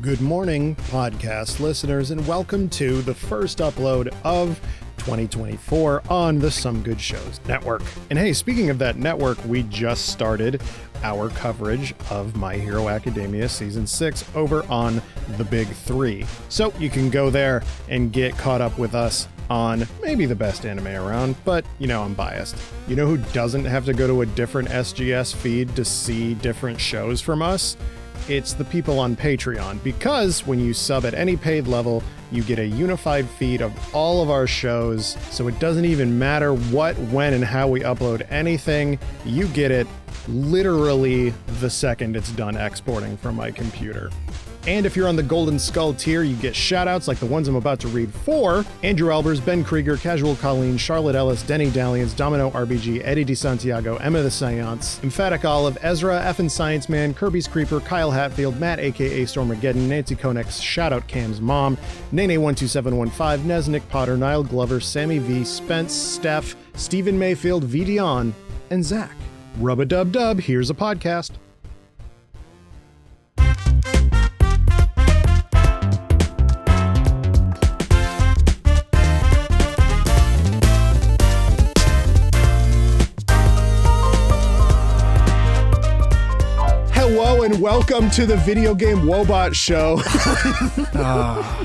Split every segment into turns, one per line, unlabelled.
Good morning, podcast listeners, and welcome to the first upload of 2024 on the Some Good Shows Network. And hey, speaking of that network, we just started our coverage of My Hero Academia Season 6 over on The Big Three. So you can go there and get caught up with us on maybe the best anime around, but you know, I'm biased. You know who doesn't have to go to a different SGS feed to see different shows from us? It's the people on Patreon because when you sub at any paid level, you get a unified feed of all of our shows. So it doesn't even matter what, when, and how we upload anything. You get it literally the second it's done exporting from my computer. And if you're on the Golden Skull tier, you get shoutouts like the ones I'm about to read for Andrew Albers, Ben Krieger, Casual Colleen, Charlotte Ellis, Denny Dalliance, Domino RBG, Eddie DeSantiago, Emma the Seance, Emphatic Olive, Ezra, Effin Science Man, Kirby's Creeper, Kyle Hatfield, Matt aka Stormageddon, Nancy Konex, Shoutout Cam's Mom, Nene12715, Nez, Nick Potter, Niall Glover, Sammy V, Spence, Steph, Stephen Mayfield, V Dion, and Zach. Rub a dub dub, here's a podcast. Hello and welcome to the Video Game Wobot Show.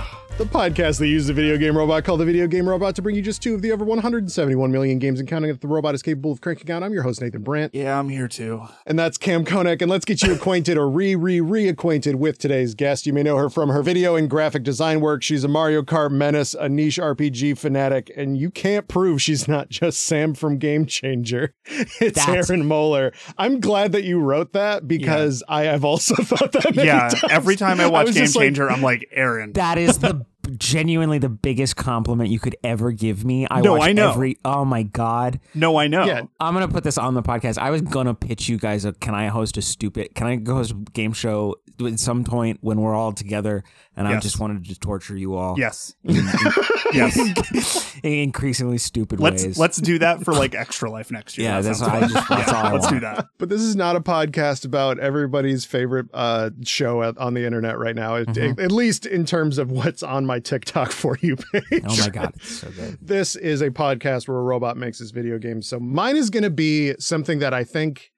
the podcast that uses the video game robot called the Video Game Robot to bring you just two of the over 171 million games and counting that the robot is capable of cranking out. I'm your host, Nathan Brandt,
Yeah, I'm here too.
and that's Cam Konek. And let's get you acquainted or re, re, reacquainted with today's guest. You may know her from her video and graphic design work. She's a Mario Kart menace, a niche RPG fanatic, and you can't prove she's not just Sam from Game Changer. It's
That's-
Aaron Moeller. I'm glad that you wrote that because I have also thought that many
yeah,
times.
every time I watch
was
Game
just like-
Changer, I'm like, Aaron.
That is the genuinely the biggest compliment you could ever give me. I
No,
watch
I know.
every oh my god.
No, I know.
Yeah.
I'm gonna put this on the podcast. I was gonna pitch you guys a can I host a stupid can I go host a game show at some point when we're all together and I
Yes.
just wanted to torture you all.
Yes. yes.
In increasingly stupid
Let's
ways.
let's do that for like extra life next year.
Yeah,
That
that's
sounds
what I
fun.
just- that's
Yeah,
all I
Let's do
want.
that.
But this is not a podcast about everybody's favorite uh, show at, on the internet right now, at,
Mm-hmm.
at least in terms of what's on my TikTok for you page.
Oh my god, it's so good.
This is a podcast where a robot makes his video games. So mine is going to be something that I think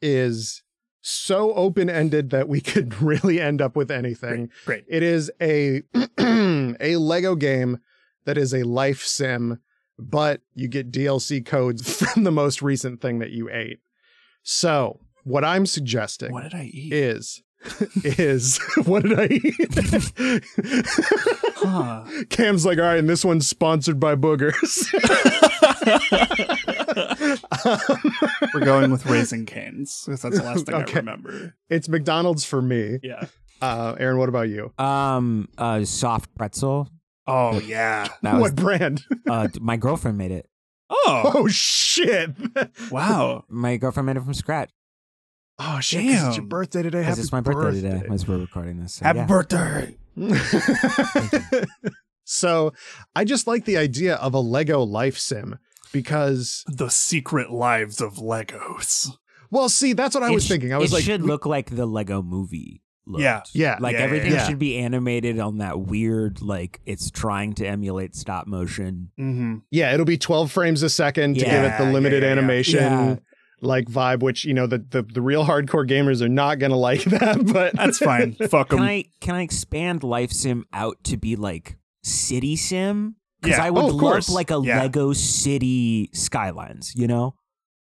is so open ended that we could really end up with anything.
Great.
It is a a Lego game that is a life sim, but you get DLC codes from the most recent thing that you ate. So what I'm suggesting
What did I eat?
is is what did I eat?
Huh.
Cam's like, all right, and this one's sponsored by boogers.
We're going with raising canes because that's the last thing
Okay.
I remember.
it's McDonald's for me.
Yeah.
Uh, Aaron, what about you?
Um uh soft pretzel.
Oh yeah.
That was
what brand?
uh my girlfriend made it.
Oh
Oh shit!
wow.
My girlfriend made it from scratch.
Oh shit! 'cause It's your
Damn.
birthday today.
Because
Happy
it's my birthday, today as we're recording this. So,
Happy
yeah.
birthday.
so, I just like the idea of a Lego life sim because,
The secret lives of Legos.
well, see, that's what I
It
was
sh-
thinking. I was
it
like,
should look like the Lego movie. Looked.
Yeah.
yeah,
Like
Yeah, yeah,
everything
yeah.
should be animated on that weird, like it's trying to emulate stop motion.
Mm-hmm.
yeah, it'll be twelve frames a second to give it
Yeah,
the
yeah,
limited
yeah, yeah.
animation.
Yeah.
Like vibe, which you know the, the the real hardcore gamers are not gonna like that, but
That's fine. Fuck
Can
them.
I can I expand Life Sim out to be like City Sim? Because
Yeah.
I would
Oh, of
love
course.
like a
Yeah.
Lego City Skylines. You know,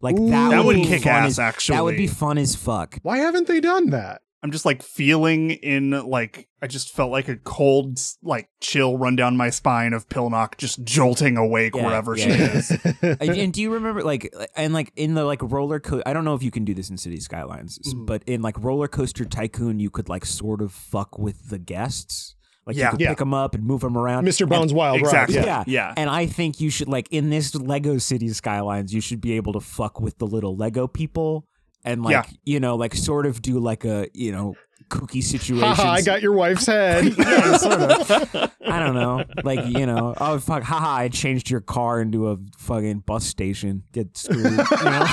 like
Ooh.
that,
That would
be
kick
fun
ass.
as-
actually,
That would be fun as fuck.
Why haven't they done that?
I'm just like feeling in like I just felt like a cold like chill run down my spine of Pilnock just jolting awake
Yeah,
wherever
yeah,
she
yeah.
is.
and, and do you remember like and like in the like roller co- I don't know if you can do this in City Skylines, s-
Mm.
Mhm.
but in like Roller Coaster Tycoon, you could like sort of fuck with the guests. Like
Yeah.
you could
Yeah.
pick them up and move them around.
Mr. Bones Wild,
exactly.
right?
Yeah. Yeah.
And I think you should like in this Lego City Skylines, you should be able to fuck with the little Lego people and like
Yeah.
you know like sort of do like a you know kooky situation.
Haha, I got your wife's head.
yeah, sort of. I don't know. Like, you know, oh fuck, haha, I changed your car into a fucking bus station. Get screwed. You know?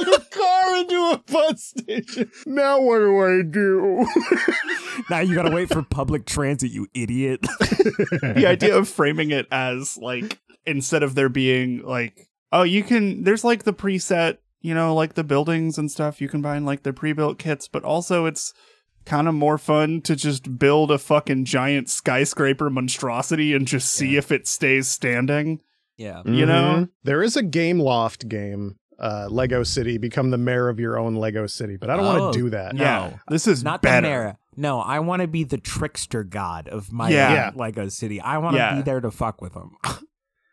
Your car we're into a bus station. Now what do I do?
Now you gotta wait for public transit, you idiot.
the idea of framing it as like instead of there being like oh you can there's like the preset you know like the buildings and stuff you can buy in like the pre-built kits but also it's kind of more fun to just build a fucking giant skyscraper monstrosity and just see if it stays standing
yeah.
You know?
Mhm. there is a game loft game, uh, Lego City. Become the mayor of your own Lego City, but I don't
Oh,
want to do that.
No.
yeah this is
Not
better
the Mara. No, I want to be the trickster god of my
Yeah.
Yeah.
Lego City. I want to
Yeah.
be there to fuck with them. Uh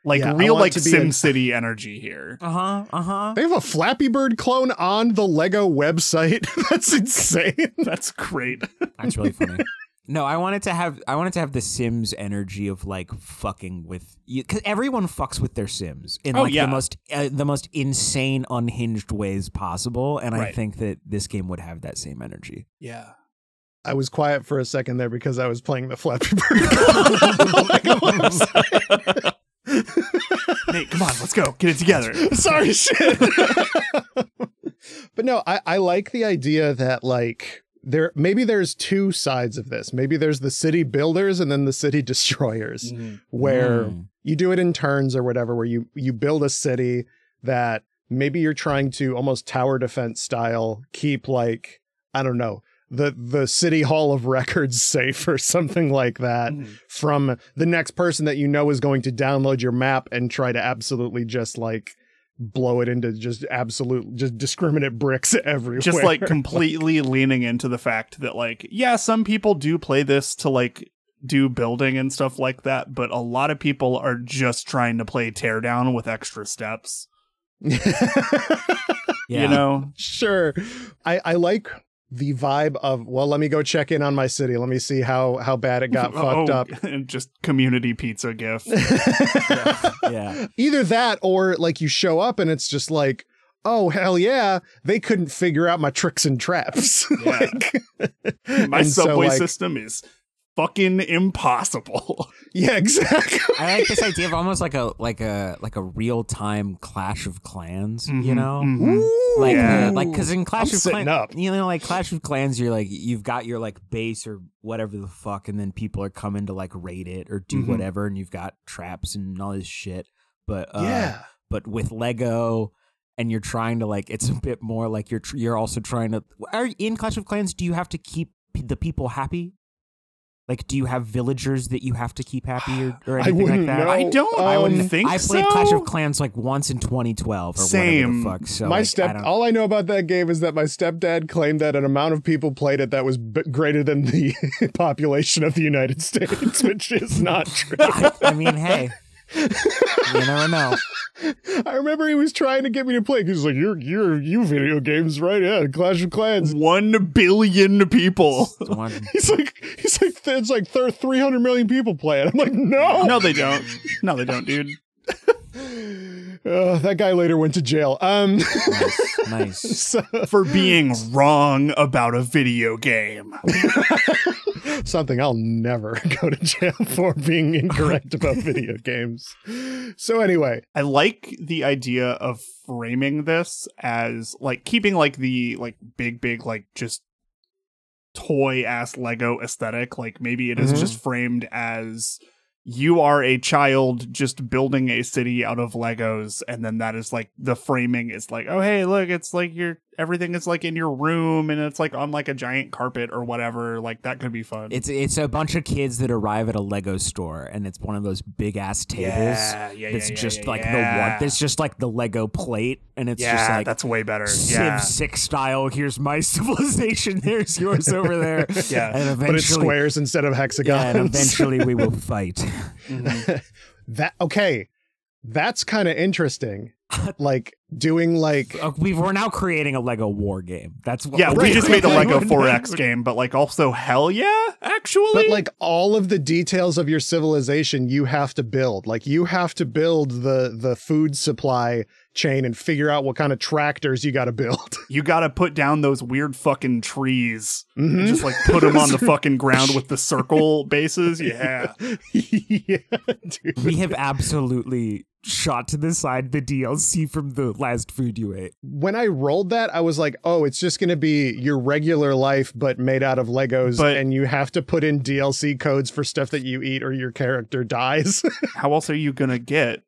like
Yeah, I
real
want
like
to be a-
sim city energy here
huh. Uh huh.
They have a Flappy Bird clone on the Lego website. That's insane.
that's great
That's really funny. No, I wanted to have I wanted to have the Sims energy of like fucking with you because everyone fucks with their Sims in
Oh,
like
yeah.
the most uh, the most insane unhinged ways possible, and I
Right.
think that this game would have that same energy.
yeah
I was quiet for a second there because I was playing the Flappy Bird clone on the Lego website.
Nate, come on let's go get it together
Sorry, shit. but no, I, I like the idea that like there maybe there's two sides of this. Maybe there's the city builders and then the city destroyers, where
Mm.
you do it in turns or whatever, where you you build a city that maybe you're trying to almost tower defense style keep like I don't know the the city hall of records safe or something like that
Mhm.
from the next person that you know is going to download your map and try to absolutely just like blow it into just absolute just discriminate bricks everywhere.
just like completely leaning into the fact that like yeah some people do play this to like do building and stuff like that but a lot of people are just trying to play teardown with extra steps
Yeah.
you know
sure. I I like the vibe of well let me go check in on my city. Let me see how how bad it got fucked
Oh,
up.
and just community pizza gift
yeah.
Either that or like you show up and it's just like Oh hell yeah! They couldn't figure out my tricks and traps.
Yeah.
like,
my
and so,
subway
like-
system is fucking impossible
Yeah, exactly.
I like this idea of almost like a like a like a real time Clash of Clans. You
Mhm,
know.
mhm.
Mm-hmm. like
Yeah.
the, like because in Clash
Mm-hmm. I'm
of
sitting
Clans,
up.
you know, like Clash of Clans, you're like you've got your like base or whatever the fuck, and then people are coming to like raid it or do
Mhm.
Mm-hmm.
whatever, and you've got traps and all this shit. But uh, but with Lego. And you're trying to like it's a bit more like you're tr- you're also trying to are in Clash of Clans. Do you have to keep p- the people happy? Like, do you have villagers that you have to keep happy or, or
I
anything
wouldn't
like that?
know.
i don't i
Um,
would think
I played
so.
Clash of Clans like once in 2012 or
Same.
whatever the fuck. So
my
like, I
step.
don't-
all I know about that game is that my stepdad claimed that an amount of people played it that was b- greater than the population of the United States, which is not true.
I, I mean, hey, you never know.
I remember he was trying to get me to play. 'cause He's like, "You're you're you video games, right? Yeah, Clash of Clans."
one billion people
It's one-
He's like, he's like, it's like there are 300 million people play it. I'm like, no.
no they don't no they don't dude
Uh, that guy later went to jail. Um,
nice, nice.
so-
for being wrong about a video game.
something I'll never go to jail for being incorrect about video games. So anyway,
I like the idea of framing this as like keeping like the like big big like just toy ass Lego aesthetic. Like maybe it is
Mm-hmm.
Mhm.
just framed as you are a child just building a city out of Legos and then that is like the framing is like, "Oh hey, look, it's like your everything is like in your room and it's like on like a giant carpet or whatever." Like that could be fun.
It's it's a bunch of kids that arrive at a Lego store, and it's one of those big ass tables.
Yeah, yeah,
That's
yeah, yeah,
just
yeah,
like the
yeah.
one. That's just like the Lego plate, and it's
yeah,
just like
that's way better.
Civ
Yeah.
Six style. Here's my civilization. There's yours over there.
Yeah.
and eventually,
but it's squares instead of
yeah,
hexagons.
and eventually we will fight.
Mm-hmm.
that okay, that's kind of interesting. like doing like
Uh, we we're now creating a Lego war game. That's what
Yeah,
we're
we
Right.
just made a Lego
Right.
4X game, but like also hell yeah, actually.
but like all of the details of your civilization you have to build. Like you have to build the the food supply chain and figure out what kind of tractors you got to build.
you got to put down those weird fucking trees.
Mhm.
And just like put them on the fucking ground with the circle bases. Yeah.
yeah, dude.
we have absolutely shot to the side the DLC from the last food you ate.
When I rolled that, I was like, oh, it's just going to be your regular life, but made out of Legos,
But-
and you have to put in DLC codes for stuff that you eat or your character dies.
How else are you going to get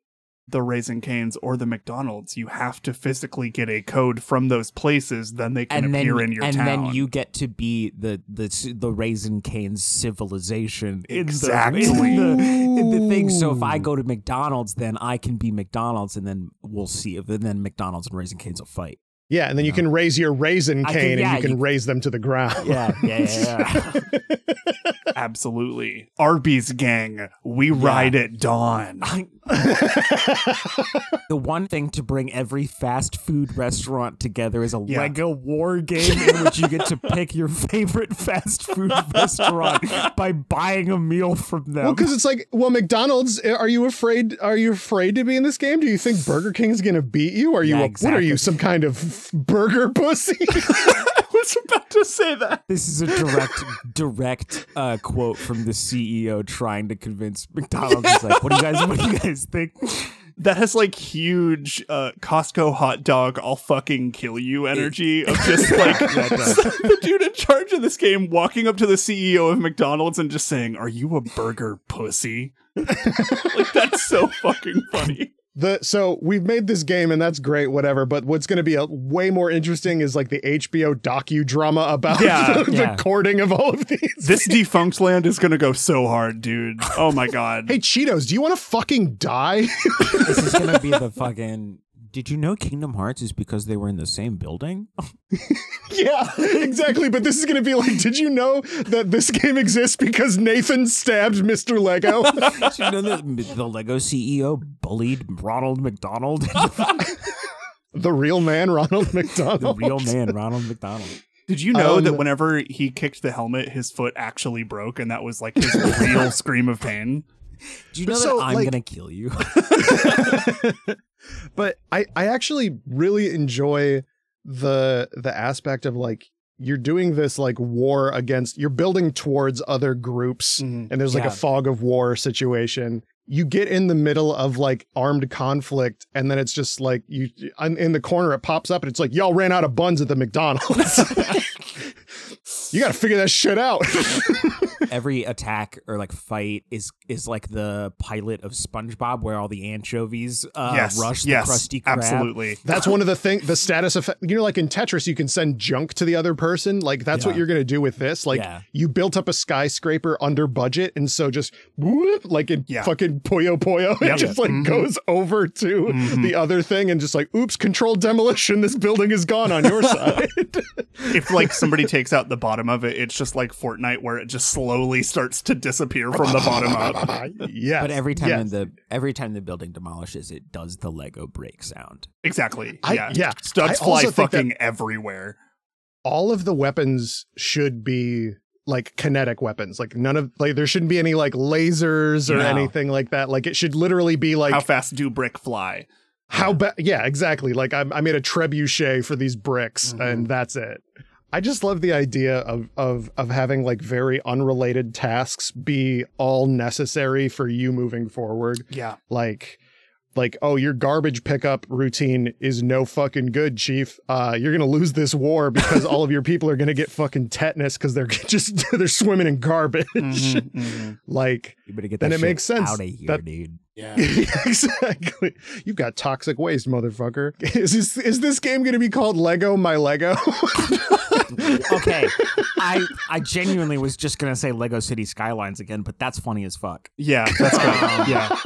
the Raisin Canes or the McDonald's? You have to physically get a code from those places, then they can
and then
appear in your
and
town.
then you get to be the the c- the raisin canes civilization in the-
Exactly.
in the, in the thing so if i go to mcdonald's then i can be mcdonald's and then we'll see if and then mcdonald's and raisin canes will fight
yeah, and then you
Yeah.
can raise your raisin
I
cane
think- yeah,
and you can
you-
raise them to the ground.
yeah yeah yeah,
Absolutely. Arby's gang, we ride at dawn.
yeah. the one thing to bring every fast food restaurant together is a
Yeah.
lego war game in which you get to pick your favorite fast food restaurant by buying a meal from them
Well, because it's like, well, McDonald's. eh, Are you afraid? Are you afraid to be in this game? Do you think Burger King's gonna beat you? Are you?
Yeah,
a, What are
exactly.
you? Some kind of f- burger pussy?
I was about to say that.
This is a direct, direct uh, quote from the CEO trying to convince McDonald's. He's like, "What do you guys? What do you guys think?"
That has like huge uh, Costco hot dog, I'll fucking kill you energy of just like the dude in charge of this game walking up to the CEO of McDonald's and just saying, Are you a burger pussy? like, that's so fucking funny.
the so we've made this game and that's great, whatever. But what's gonna be a, way more interesting is like the HBO docudrama about
Yeah.
the,
Yeah.
courting of all of these.
This defunct land is going to go so hard, dude. Oh my God.
Hey Cheetos, do you want to fucking die?
This is gonna be the fucking. Did you know Kingdom Hearts is because they were in the same building?
yeah, exactly. But this is gonna be like, did you know that this game exists because Nathan stabbed Mr. Lego?
Did you know that the Lego CEO bullied Ronald McDonald,
the real man, Ronald McDonald.
the real man, Ronald McDonald?
Did you know
Um,
that whenever he kicked the helmet, his foot actually broke, and that was like his real scream of pain?
Do you know
So,
that I'm
like-
gonna kill you?
but I, I actually really enjoy the the aspect of like you're doing this like war against you're building towards other groups
Mm-hmm.
and there's like
Yeah.
a fog of war situation you get in the middle of like armed conflict and then it's just like you in in the corner it pops up and it's like y'all ran out of buns at the mcdonald's you gotta figure that shit out
every attack or like fight is is like the pilot of SpongeBob, where all the anchovies uh,
yes,
rush
yes,
the crusty crab.
absolutely.
That's one of the thing. The status effect. You know, like in Tetris, you can send junk to the other person. Like that's what
Yeah.
you're gonna do with this. Like
Yeah.
you built up a skyscraper under budget, and so just whoop, like in
Yeah.
fucking Puyo Puyo,
Yep.
it just like
Mhm.
goes over to
Mhm.
the other thing, and just like, oops, controlled demolition. This building is gone on your side.
If like somebody takes out the bottom of it, it's just like Fortnite, where it just slowly starts to disappear from the bottom up.
yes.
But every time
yes.
the every time the building demolishes, it does the Lego break sound.
Exactly.
I-
yeah.
yeah.
Studs
I
fly
also think that-
fucking everywhere.
all of the weapons should be like kinetic weapons. Like none of like there shouldn't be any like lasers or
No.
anything like that. Like it should literally be like
How fast do brick fly?
How bad? Yeah, exactly. Like I'm, I made a trebuchet for these bricks,
Mhm.
and that's it. I just love the idea of of of having like very unrelated tasks be all necessary for you moving forward.
Yeah.
Like, like oh, your garbage pickup routine is no fucking good, chief. Uh, you're gonna lose this war because all of your people are gonna get fucking tetanus because they're just they're swimming in garbage.
Mhm, mhm.
Like,
You better get that
Then it makes sense.
out of here,
That-
dude.
Yeah.
exactly. You've got toxic waste, motherfucker. Is this is this game going to be called Lego My Lego?
okay, I I genuinely was just gonna say Lego City Skylines again, but that's funny as fuck.
Yeah. That's good. Yeah.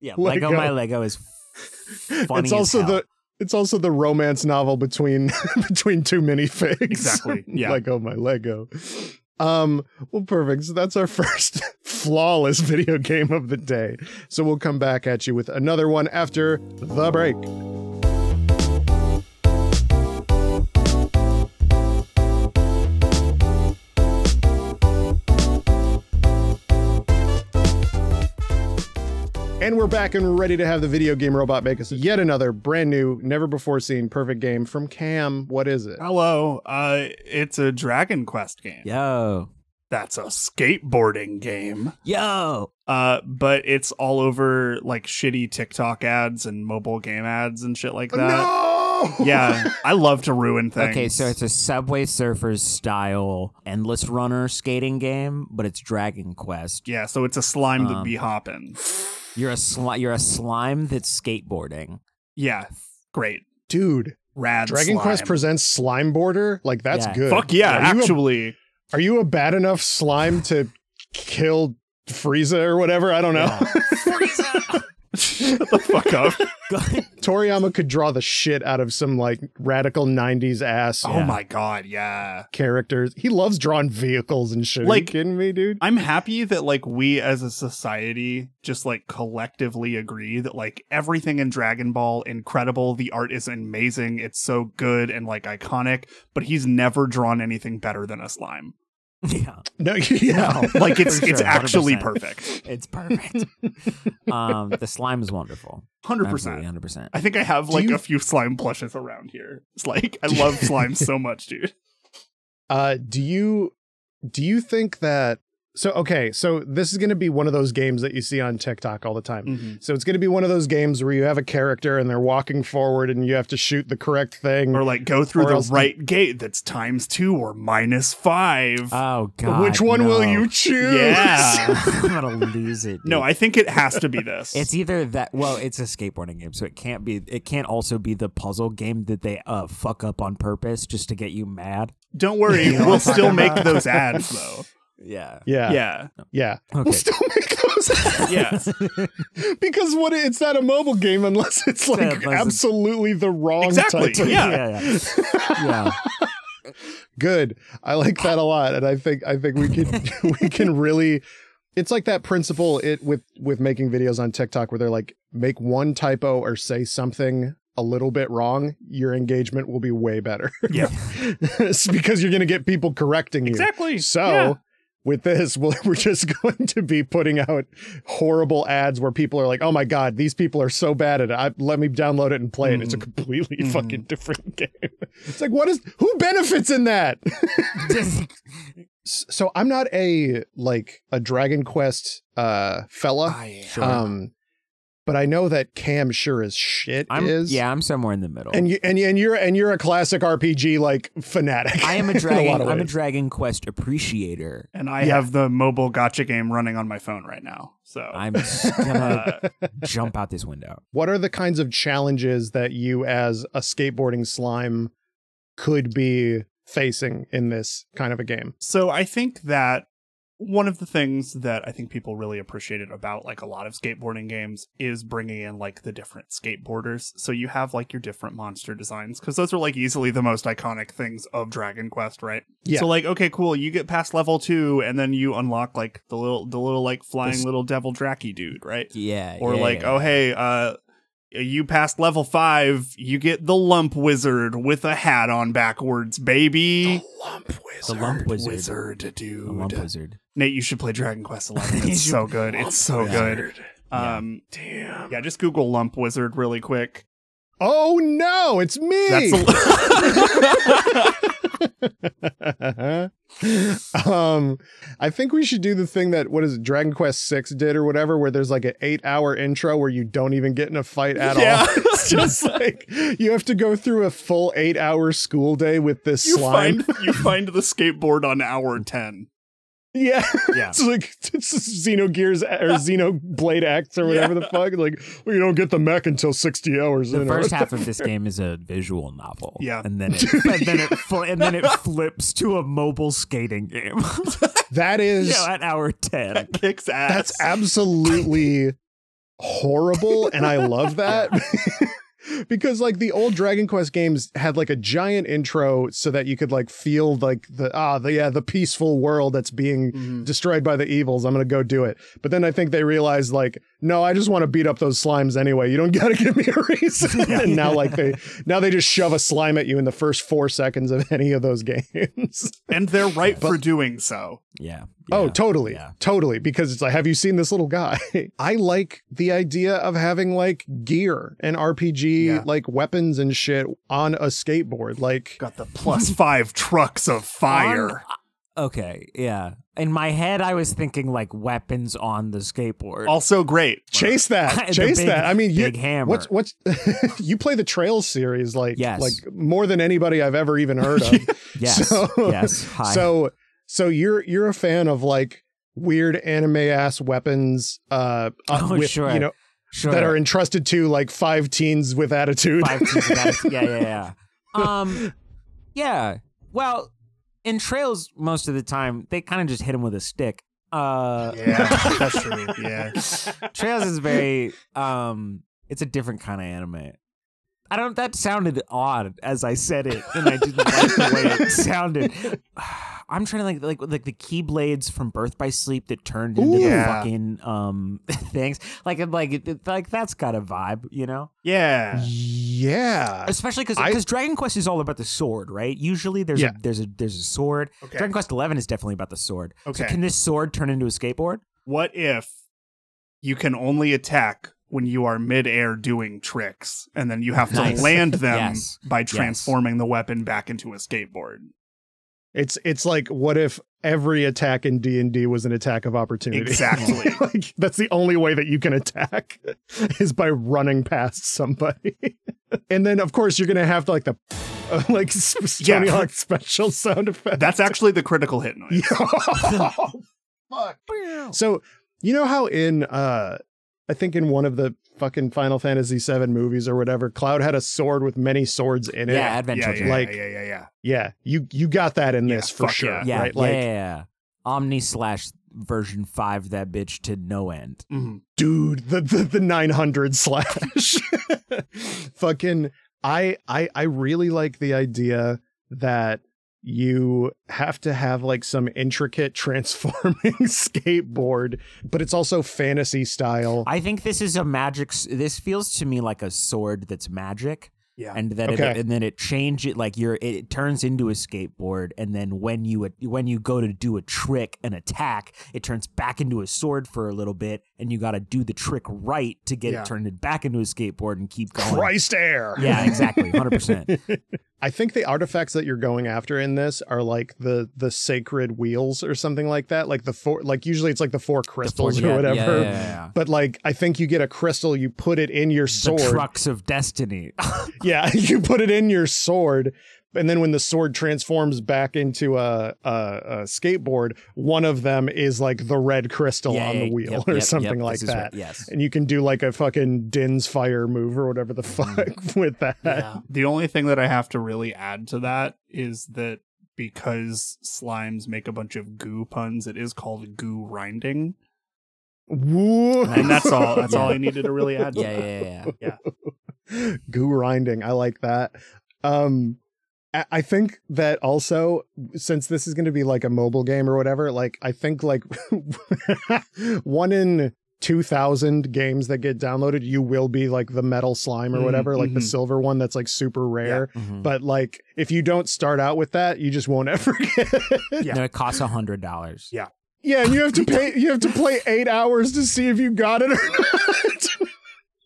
Yeah,
Lego.
Lego, my Lego is f- funny.
it's also
as hell.
the it's also the romance novel between between two minifigs.
Exactly, yeah.
Lego My Lego. Um, well, perfect. So that's our first flawless video game of the day. So we'll come back at you with another one after the break. And we're back and ready to have the video game robot make us yet another brand new, never before seen perfect game from Cam. What is it?
Hello. Uh, it's a Dragon Quest game.
yo.
that's a skateboarding game.
Yo,
Uh, but it's all over like shitty TikTok ads and mobile game ads and shit like that.
Oh, no.
Yeah, I love to ruin things.
Okay, so it's a Subway Surfers style endless runner skating game, but it's Dragon Quest.
yeah, so it's a slime to
Um,
be hopping.
You're a sli- you're a slime that's skateboarding.
Yeah, great,
dude.
rad.
Dragon
slime.
Quest presents Slime Border. Like that's
Yeah.
good.
Fuck yeah,
Are you a-
actually.
Are you a bad enough slime to kill Frieza or whatever? I don't know.
Shut the fuck up.
Toriyama could draw the shit out of some like radical 90s ass
Oh my god, yeah.
characters. He loves drawing vehicles and shit. Are you
Like-
kidding me, dude?
I'm happy that like we as a society just like collectively agree that like everything in Dragon Ball incredible, the art is amazing, it's so good and like iconic, but he's never drawn anything better than a slime.
yeah,
No, yeah.
Like it's
For
it's
sure,
actually
100%.
perfect.
it's perfect. um, the slime is wonderful.
100%.
hundred percent.
I think I have like
you-
a few slime plushes around here. It's like I love slime so much, dude.
Uh, do you do you think that so okay, so this is gonna be one of those games that you see on TikTok all the time. So it's gonna be one of those games where you have a character and they're walking forward and you have to shoot the correct thing.
Or like go through
Or
the
else-
right gate that's times 2 or minus 5.
Oh god,
Which one
no.
will you choose?
Yeah.
I'm gonna lose it.
No,
dude.
I think it has to be this.
It's either that. Well, it's a skateboarding game, so it can't be. It can't also be the puzzle game that they uh fuck up on purpose just to get you mad.
Don't worry,
You know what
we'll
I'm
still
talking
make
about?
those ads though.
Yeah.
Yeah. Yeah.
Yeah.
Okay.
We'll still make those
Yeah.
because what it's not a mobile game unless it's like
unless it's-
absolutely the wrong
Exactly.
type of
Yeah.
yeah. Yeah. yeah.
good i like that a lot and i think i think we can we can really it's like that principle it with with making videos on tiktok where they're like make one typo or say something a little bit wrong your engagement will be way better
Yeah.
it's because you're going to get people correcting you
Exactly.
so
Yeah.
With this, we'll- we're just going to be putting out horrible ads where people are like, "Oh my god, these people are so bad at it. I, let me download it and play it. It's a
Mm.
completely
Mhm.
fucking different game." It's like, what is who benefits in that?
Just-
S- so I'm not a like a Dragon Quest uh fella. Um but I know that Cam sure as shit
I'm,
is.
Yeah, I'm somewhere in the middle.
And you and, you- and you're and you're a classic RPG like fanatic.
I am a
in
dragon.
lot of
I'm a
ways.
Dragon Quest appreciator.
and I have the mobile gotcha game running on my phone right now. So
I'm just gonna
uh,
jump out this window.
what are the kinds of challenges that you as a skateboarding slime could be facing in this kind of a game?
so I think that one of the things that I think people really appreciated about like a lot of skateboarding games is bringing in like the different skateboarders. So you have like your different monster designs because those are like easily the most iconic things of Dragon Quest, right?
Yeah.
So like, okay, cool. You get past level two, and then you unlock like the little, the little like flying
This-
little devil Draki dude, right?
Yeah.
Or
yeah,
like,
yeah.
oh hey, uh, you passed level five, you get the lump wizard with a hat on backwards, baby.
lump
the lump wizard.
Wizard,
The lump
dude.
wizard.
Nate, you should play Dragon Quest Eleven.
You
It's
should
so good. It's so
Lump
good.
Yeah.
Um,
Damn.
yeah, just Google lump wizard really quick.
Oh no, it's me.
That's a-
um, I think we should do the thing that what is it, Dragon Quest Six did or whatever, where there's like an eight-hour intro where you don't even get in a fight at
yeah.
all. It's just like you have to go through a full eight-hour school day with this
you
slime.
find you find the skateboard on hour ten.
yeah,
Yeah.
it's like it's Xenogears or Xenoblade X or whatever the fuck. Like, well, you don't get the mech until sixty hours
The
in. or-
first half of this game is a visual novel.
Yeah.
And then it, and then it fl- and then it flips to a mobile skating game.
that is
yeah, at hour ten.
Kicks ass.
That's absolutely horrible, and I love that. because like the old Dragon Quest games had like a giant intro so that you could like feel like the ah the yeah, the peaceful world that's being
Mhm.
destroyed by the evils. I'm gonna go do it. But then I think they realized like, no, I just want to beat up those slimes anyway. You don't gotta give me a reason. and now like they now they just shove a slime at you in the first four seconds of any of those games.
and they're right for doing so.
Yeah.
Oh,
yeah.
totally.
yeah.
Totally. Because it's like, have you seen this little guy? I like the idea of having like gear and RPG,
Yeah.
like weapons and shit on a skateboard. Like,
Got the plus five trucks of fire.
On- Okay, yeah. In my head, I was thinking like weapons on the skateboard.
Also great.
Chase that,
The
chase
big-
that. I mean, you,
big hammer.
What's what's you play the Trails series like
Yes.
like more than anybody I've ever even heard of.
yes,
so-
yes. Hi.
So so you're you're a fan of like weird anime ass weapons uh, uh,
Oh,
with,
sure.
you know
sure.
that are entrusted to like five teens with attitude.
five teams of guys. Yeah, yeah, yeah. Um, yeah. Well, in trails, most of the time they kind of just hit him with a stick. Uh,
Yeah, that's true. Yeah.
trails is very um, it's a different kind of anime. I don't. That sounded odd as I said it, and I didn't like the way it sounded. I'm trying to like like like the keyblades from Birth by Sleep that turned into
Ooh.
the
Yeah.
fucking um things. Like it- like it- it, like that's got a vibe, you know
Yeah.
yeah.
especially because
I-
Dragon Quest is all about the sword, right? Usually there's
Yeah.
a there's a there's a sword.
Okay.
Dragon Quest Eleven is definitely about the sword.
Okay.
Can this sword turn into a skateboard?
what if you can only attack when you are midair doing tricks and then you have to
Nice.
land them
Yes.
by transforming the weapon back into a skateboard
It's it's like what if every attack in D and D was an attack of opportunity?
Exactly.
like that's the only way that you can attack is by running past somebody. and then of course you're gonna have like the like s- s-
Yeah.
Tony Hawk special sound effect.
that's actually the critical hit noise
fuck. So you know how in uh I think in one of the fucking Final Fantasy VII movies or whatever, Cloud had a sword with many swords in it.
Yeah, Adventure.
yeah, yeah,
Jam.
Like-
yeah yeah yeah
Yeah, you you got that in
Yeah,
this for
fuck
sure.
yeah.
yeah,
right?
yeah,
Like
yeah, yeah. Omni slash version five that bitch to no end.
yeah. Mhm.
dude, the the, the 900 slash. Fucking I I I really like the idea that you have to have like some intricate transforming skateboard, but it's also fantasy style.
I think this is a magic. s- This feels to me like a sword that's magic,
yeah
and that it,
Okay.
and then it change it like you're it, it turns into a skateboard, and then when you when you go to do a trick, an attack, it turns back into a sword for a little bit, and you got to do the trick right to get
Yeah.
it turned back into a skateboard and keep going.
Christ air.
Yeah, exactly, hundred percent.
I think the artifacts that you're going after in this are like the the sacred wheels or something like that. Like the four, like usually it's like the four crystals or whatever.
Yeah, yeah, yeah.
But like, I think you get a crystal, you put it in your sword.
The trucks of destiny.
Yeah, you put it in your sword, and then when the sword transforms back into a, a, a skateboard, one of them is like the red crystal
Yeah,
on the
yeah,
wheel
yep,
or
yep,
something
yep,
like
this is right,
that.
yes.
And you can do like a fucking Din's fire move or whatever the
Mm.
fuck with that.
the only thing that i have to really add to that is that because slimes make a bunch of goo puns it is called goo rinding
Woo.
and that's all that's all
Yeah.
i needed to really add to
yeah, yeah, yeah, yeah.
goo grinding i like that um I- I think that also, since this is going to be like a mobile game or whatever, like I think like one in two thousand games that get downloaded, you will be like the metal slime or
Mhm,
whatever, like the
mhm.
silver one that's like super rare.
Mhm.
But like, if you don't start out with that, you just won't ever get. It.
Yeah.
No, it costs a hundred dollars.
Yeah.
yeah, and you have to pay. You have to play eight hours to see if you got it or not.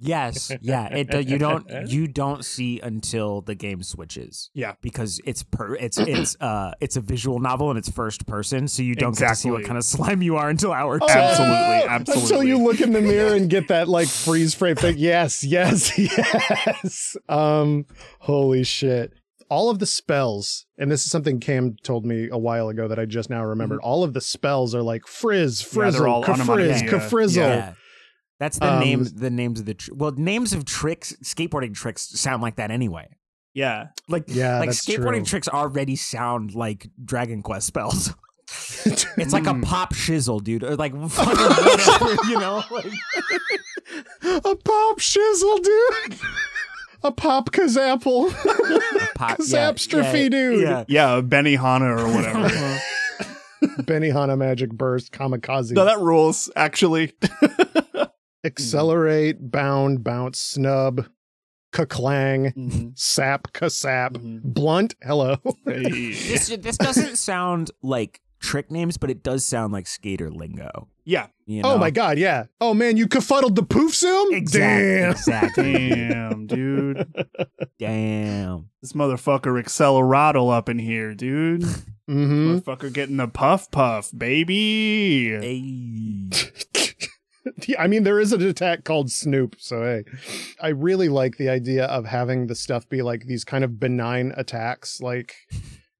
Yes, yeah. It do- you don't you don't see until the game switches.
Yeah.
because it's per it's it's uh it's a visual novel and it's first person, so you don't get to see what
Exactly.
kind of slime you are until hour two.
Oh,
Absolutely,
Until
absolutely.
you look in the mirror and get that like freeze frame thing. Yes, yes, yes. Um, holy shit. All of the spells, and this is something Cam told me a while ago that I just now remembered. All of the spells are like frizz,
Mm-hmm. they're
frizzle,
all
kafrizz,
onomatopoeia.
kafrizzle.
Yeah. That's the
Um,
name. The names of the tr- well, names of tricks, skateboarding tricks sound like that anyway.
yeah
Like
Yeah,
like
that's
skateboarding
true.
tricks already sound like Dragon Quest spells. it's like a pop shizzle, dude. Or like fucking whatever, you know. Like,
A pop shizzle, dude. A pop kazapple.
pop,
Zapstrophe, dude.
Yeah. Uh-huh.
yeah benny hana or whatever
Benihana magic burst, kamikaze.
no that rules actually
Accelerate, bound, bounce, snub, kaklang,
Mm-hmm.
sap, kasap, blunt. Hello.
Hey.
this this doesn't sound like trick names, but it does sound like skater lingo.
yeah
You
Oh
know?
my god, yeah. Oh man, you confuddled the poof zoom?
Exactly.
Damn.
Exactly.
damn dude
Damn. Hmm?
this motherfucker accelerado up in here dude
Mm-hmm.
Motherfucker getting the puff puff, baby.
Hey.
Mm-hmm. I mean, there is an attack called Snoop, so hey. I really like the idea of having the stuff be like these kind of benign attacks, like,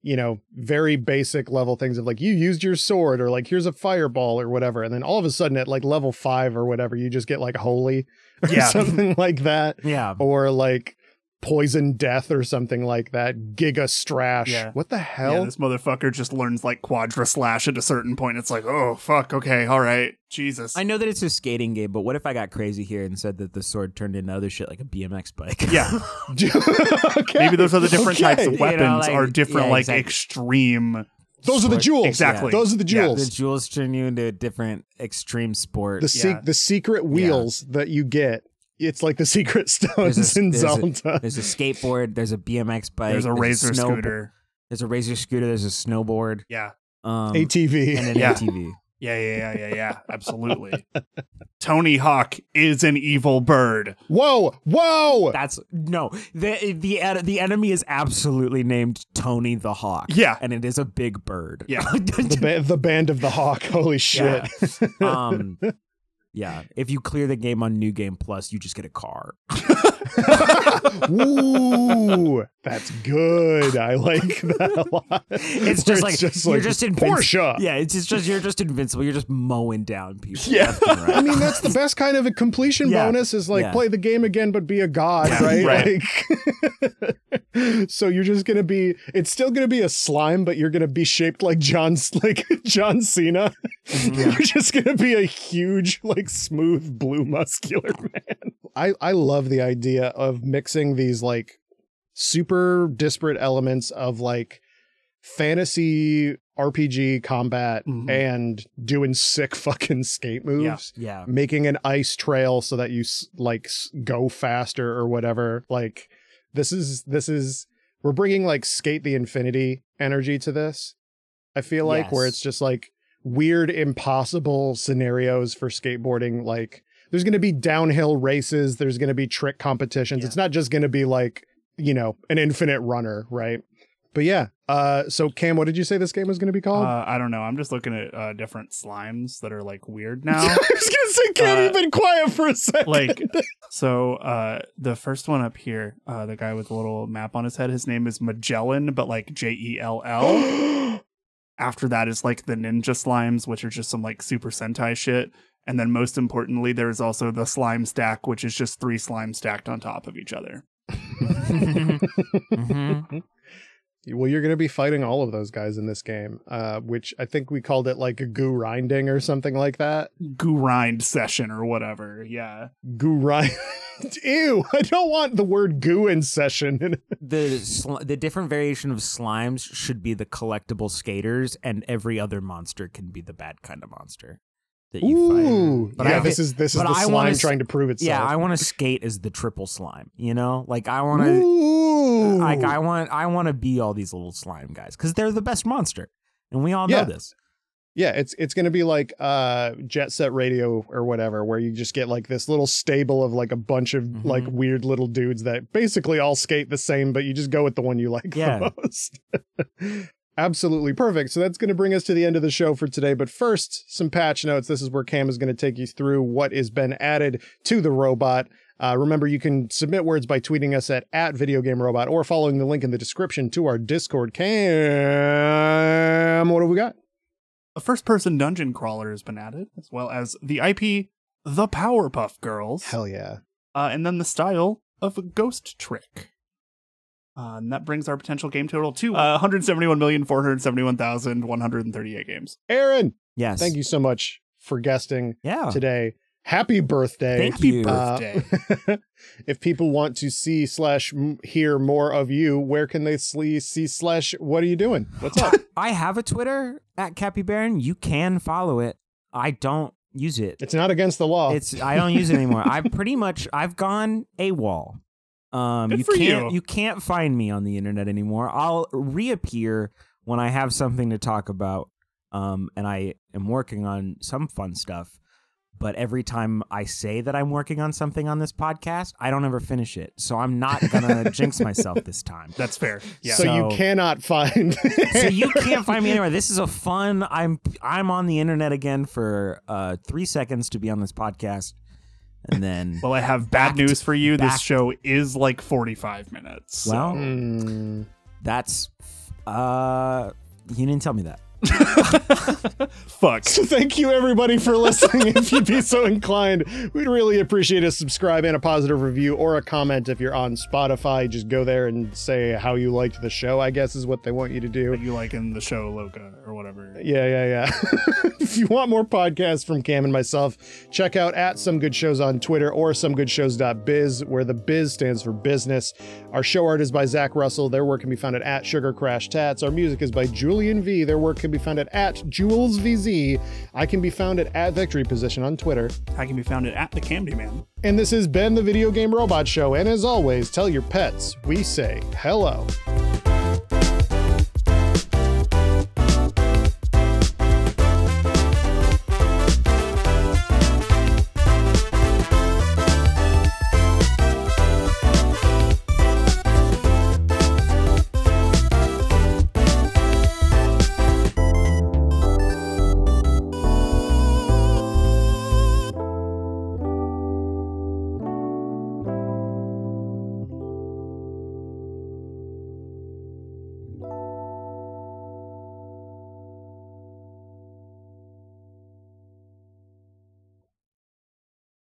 you know, very basic level things of like, you used your sword or like, here's a fireball or whatever. And then all of a sudden at like level five or whatever, you just get like holy or
Yeah.
something like that.
Yeah.
Or like poison death or something like that. Giga strash.
Yeah.
What the
Yeah,
hell?
this motherfucker just learns like quadra slash at a certain point. It's like, oh fuck, okay, all right, Jesus.
I know that it's a skating game, but what if I got crazy here and said that the sword turned into other shit like a BMX bike?
yeah,
Okay.
maybe those other different types
Okay.
of weapons
like-
are different,
yeah,
like
exactly.
extreme.
Those are the
Sword.
jewels.
Exactly.
Those are the
Yeah.
jewels.
the jewels turn you into a different extreme sport.
the se-
Yeah.
the secret wheels that you get. It's like the secret stones
There's a-
in
there's a-
Zelda.
there's a skateboard. There's a BMX bike.
There's a razor
snowbo-
scooter.
There's a razor scooter. There's a snowboard.
Yeah,
Um,
ATV.
and an
Yeah.
ATV.
yeah, yeah, yeah, yeah, yeah. Absolutely. Tony Hawk is an evil bird.
whoa, whoa!
That's no. The the en- the enemy is absolutely named Tony the Hawk.
Yeah.
and it is a big bird.
Yeah.
the ba- the band of the hawk. Holy shit!
um, yeah. If you clear the game on New Game Plus, you just get a car.
Ooh, that's good. I like that a lot.
It's
Where
just like you're just invincible.
Porsche.
Yeah, it's just, just you're just invincible. You're just mowing down people.
Yeah.
left and right.
I mean, that's the best kind of a completion
Yeah.
bonus is like
Yeah.
play the game again, but be a god,
Yeah,
right?
right.
Like, so you're just gonna be. It's still gonna be a slime, but you're gonna be shaped like John, like John Cena.
Mm-hmm.
You're just gonna be a huge, like smooth, blue, muscular man. I I love the idea of mixing these like super disparate elements of like fantasy RPG combat
Mhm.
and doing sick fucking skate moves
Mm-hmm. yeah.
making an ice trail so that you s- like s- go faster or whatever like this is this is we're bringing like skate the infinity energy to this i feel like where
Yes.
it's just like weird impossible scenarios for skateboarding like there's going to be downhill races there's going to be trick competitions
Yeah.
it's not just going to be like you know an infinite runner right but yeah uh so cam what did you say this game was going to be called
Uh, I don't know. I'm just looking at uh, different slimes that are like weird now.
i was going to say cam
Uh,
you've been quiet for a second
like so uh the first one up here uh the guy with the little map on his head his name is magellan but like j-e-l-l after that is like the ninja slimes which are just some like super sentai shit and then most importantly there's also the slime stack which is just three slimes stacked on top of each other
Mhm.
Well, you're going to be fighting all of those guys in this game, uh, which I think we called it like a goo rinding or something like that.
grind session or whatever yeah
Goo rind. Ew, I don't want the word goo in session.
The sl- the different variation of slimes should be the collectible skaters, and every other monster can be the bad kind of monster that you fight.
Ooh,
But
yeah,
I-
this is this is
but
the
I wanna
slime
s-
trying to prove itself.
Yeah, I want to skate as the triple slime. You know, like I want to.
Ooh,
Like I want, I want to be all these little slime guys because they're the best monster, and we all
Yeah.
know this.
yeah, it's it's going to be like uh, Jet Set Radio or whatever, where you just get like this little stable of like a bunch of
Mhm.
like weird little dudes that basically all skate the same, but you just go with the one you like
Yeah.
the most. Absolutely perfect. So that's going to bring us to the end of the show for today. But first, some patch notes. This is where Cam is going to take you through what has been added to the robot. Uh, remember, you can submit words by tweeting us at, at Video Game Robot or following the link in the description to our Discord. Cam, what have we got?
a first person dungeon crawler has been added as well as the ip the powerpuff girls
Hell yeah.
uh, and then the style of a ghost trick. Uh, and that brings our potential game total to uh, 171,471,138 games.
Aaron,
Yes,
thank you so much for guesting
Yeah,
today. Happy birthday.
Thank you.
Uh,
birthday.
if people want to see slash m- hear more of you, where can they slee- see slash what are you doing? What's up?
I have a Twitter at Cappy Baron. You can follow it. I don't use it.
it's not against the
Oh.
law.
It's I don't use it anymore. I pretty much I've gone AWOL. Um,
Good
you
for
can't
you.
can't find me on the internet anymore. I'll reappear when I have something to talk about. Um, and I am working on some fun stuff, But every time I say that I'm working on something on this podcast, I don't ever finish it. So I'm not gonna jinx myself this time.
That's fair. Yeah.
So, you
So-
cannot find.
So you can't find me anywhere. This is a fun. I'm I'm on the internet again for uh, three seconds to be on this podcast, and then
well, I have bad news for you. This
backed-
show is like 45 minutes. so-
well,
Hmm.
that's uh, you didn't tell me that.
fuck.
Thank you, everybody, for listening. if you'd be so inclined, we'd really appreciate a subscribe and a positive review or a comment if you're on Spotify. Just go there and say how you liked the show, I guess, is what they want you to do.
You like in the show Loca or whatever.
Yeah, yeah, yeah. if you want more podcasts from Cam and myself, check out at Some Good Shows on Twitter or somegoodshows.biz, where the biz stands for business. Our show art is by Zach Russell. Their work can be found at, at Sugar Crash Tats. Our music is by Julian V. Their work can be found at, at Jules VZ. I can be found at, at Victory Position on Twitter.
I can be found at, at the Candy Man.
And this has been the Video Game Robot Show. And as always, tell your pets we say hello.